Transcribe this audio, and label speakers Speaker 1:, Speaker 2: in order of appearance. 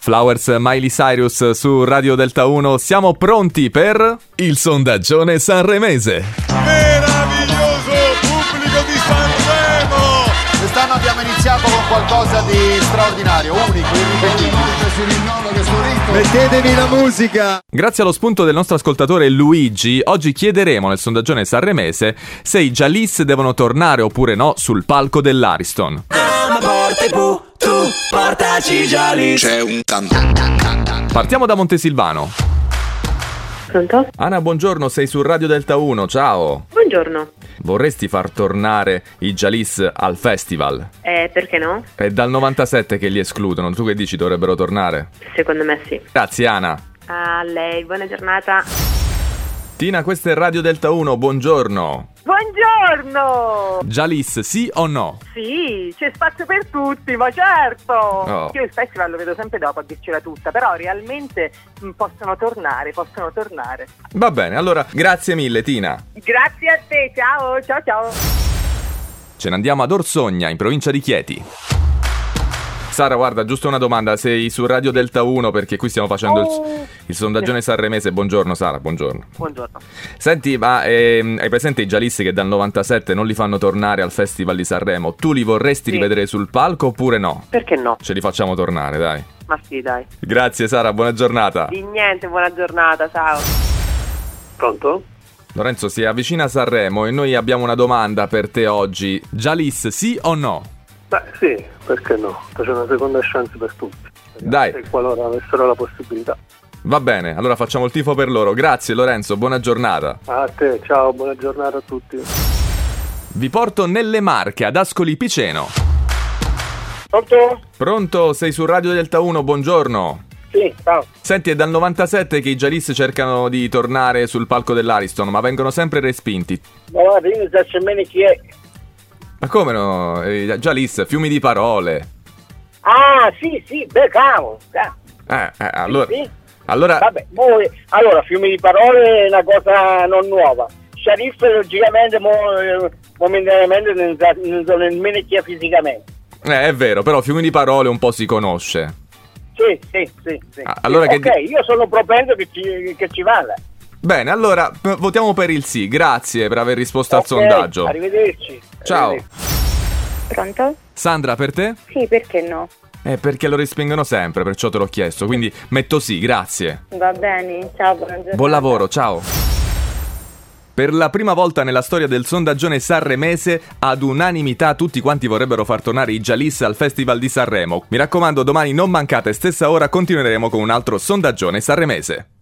Speaker 1: Flowers Miley Cyrus su Radio Delta 1, siamo pronti per il sondaggione sanremese.
Speaker 2: Meraviglioso pubblico di Sanremo!
Speaker 3: Quest'anno abbiamo iniziato con qualcosa di straordinario, unico, irripetibile.
Speaker 4: Mettetevi la musica!
Speaker 1: Grazie allo spunto del nostro ascoltatore Luigi, oggi chiederemo nel sondaggione sanremese se i Jalis devono tornare oppure no sul palco dell'Ariston.
Speaker 5: C'è un tan
Speaker 1: Partiamo da Montesilvano.
Speaker 6: Pronto?
Speaker 1: Ana, buongiorno, sei su Radio Delta 1, ciao.
Speaker 6: Buongiorno.
Speaker 1: Vorresti far tornare i Jalis al festival?
Speaker 6: Eh, perché no?
Speaker 1: È dal 97 che li escludono, tu che dici dovrebbero tornare?
Speaker 6: Secondo me sì.
Speaker 1: Grazie Ana.
Speaker 6: A lei, buona giornata.
Speaker 1: Tina, questa è Radio Delta 1, buongiorno.
Speaker 7: Buongiorno!
Speaker 1: Jalis, sì o no?
Speaker 7: Sì, c'è spazio per tutti, ma certo!
Speaker 1: Oh.
Speaker 7: Io il festival lo vedo sempre dopo a dircela tutta, però realmente mh, possono tornare, possono tornare.
Speaker 1: Va bene, allora grazie mille Tina.
Speaker 7: Grazie a te, ciao, ciao, ciao!
Speaker 1: Ce ne andiamo ad Orsogna, in provincia di Chieti. Sara, guarda, giusto una domanda, sei su Radio Delta 1 perché qui stiamo facendo il, il sondaggione sanremese. Buongiorno Sara, buongiorno.
Speaker 7: Buongiorno.
Speaker 1: Senti, ma ehm, hai presente i giallisti che dal 97 non li fanno tornare al Festival di Sanremo? Tu li vorresti
Speaker 7: Sì.
Speaker 1: rivedere sul palco oppure no?
Speaker 7: Perché no?
Speaker 1: Ce li facciamo tornare, dai.
Speaker 7: Ma sì, dai.
Speaker 1: Grazie Sara, buona giornata.
Speaker 7: Di niente, buona giornata, ciao.
Speaker 8: Pronto?
Speaker 1: Lorenzo, si avvicina Sanremo e noi abbiamo una domanda per te oggi. Jalis, sì o no?
Speaker 8: Beh sì, perché no? C'è una seconda chance per tutti.
Speaker 1: Dai.
Speaker 8: Se qualora avessero la possibilità.
Speaker 1: Va bene, allora facciamo il tifo per loro. Grazie Lorenzo, buona giornata.
Speaker 8: A te, ciao, buona giornata a tutti.
Speaker 1: Vi porto nelle Marche, ad Ascoli Piceno.
Speaker 8: Pronto?
Speaker 1: Pronto, sei su Radio Delta 1, buongiorno.
Speaker 8: Sì, ciao.
Speaker 1: Senti, è dal 97 che i Jalis cercano di tornare sul palco dell'Ariston, ma vengono sempre respinti.
Speaker 8: Ma guarda, io non so nemmeno chi è.
Speaker 1: Ma come no? Eh, Jalis, fiumi di parole.
Speaker 8: Ah, sì, sì, beh, cavolo. ca-
Speaker 1: Eh, eh, allora...
Speaker 8: Sì, sì.
Speaker 1: Allora...
Speaker 8: Vabbè, mo- allora, fiumi di parole è una cosa non nuova. Sharif logicamente mo- eh, momentaneamente non sa- non so nemmeno chi è fisicamente.
Speaker 1: Eh, è vero, però fiumi di parole un po' si conosce.
Speaker 8: Sì, sì, sì. sì.
Speaker 1: Ah, allora che
Speaker 8: ok, io sono propenso che ci, che ci vada.
Speaker 1: Bene, allora p- votiamo per il sì. Grazie per aver risposto
Speaker 8: Ok,
Speaker 1: al sondaggio.
Speaker 8: Arrivederci.
Speaker 1: Ciao.
Speaker 8: Arrivederci.
Speaker 6: Pronto?
Speaker 1: Sandra, per te?
Speaker 6: Sì, perché no?
Speaker 1: Eh, perché lo respingono sempre, perciò te l'ho chiesto. Quindi metto sì, grazie.
Speaker 6: Va bene, ciao, buona giornata.
Speaker 1: Buon lavoro, ciao. Per la prima volta nella storia del sondaggione sanremese, ad unanimità tutti quanti vorrebbero far tornare i Jalis al Festival di Sanremo. Mi raccomando, domani non mancate, stessa ora continueremo con un altro sondaggione sanremese.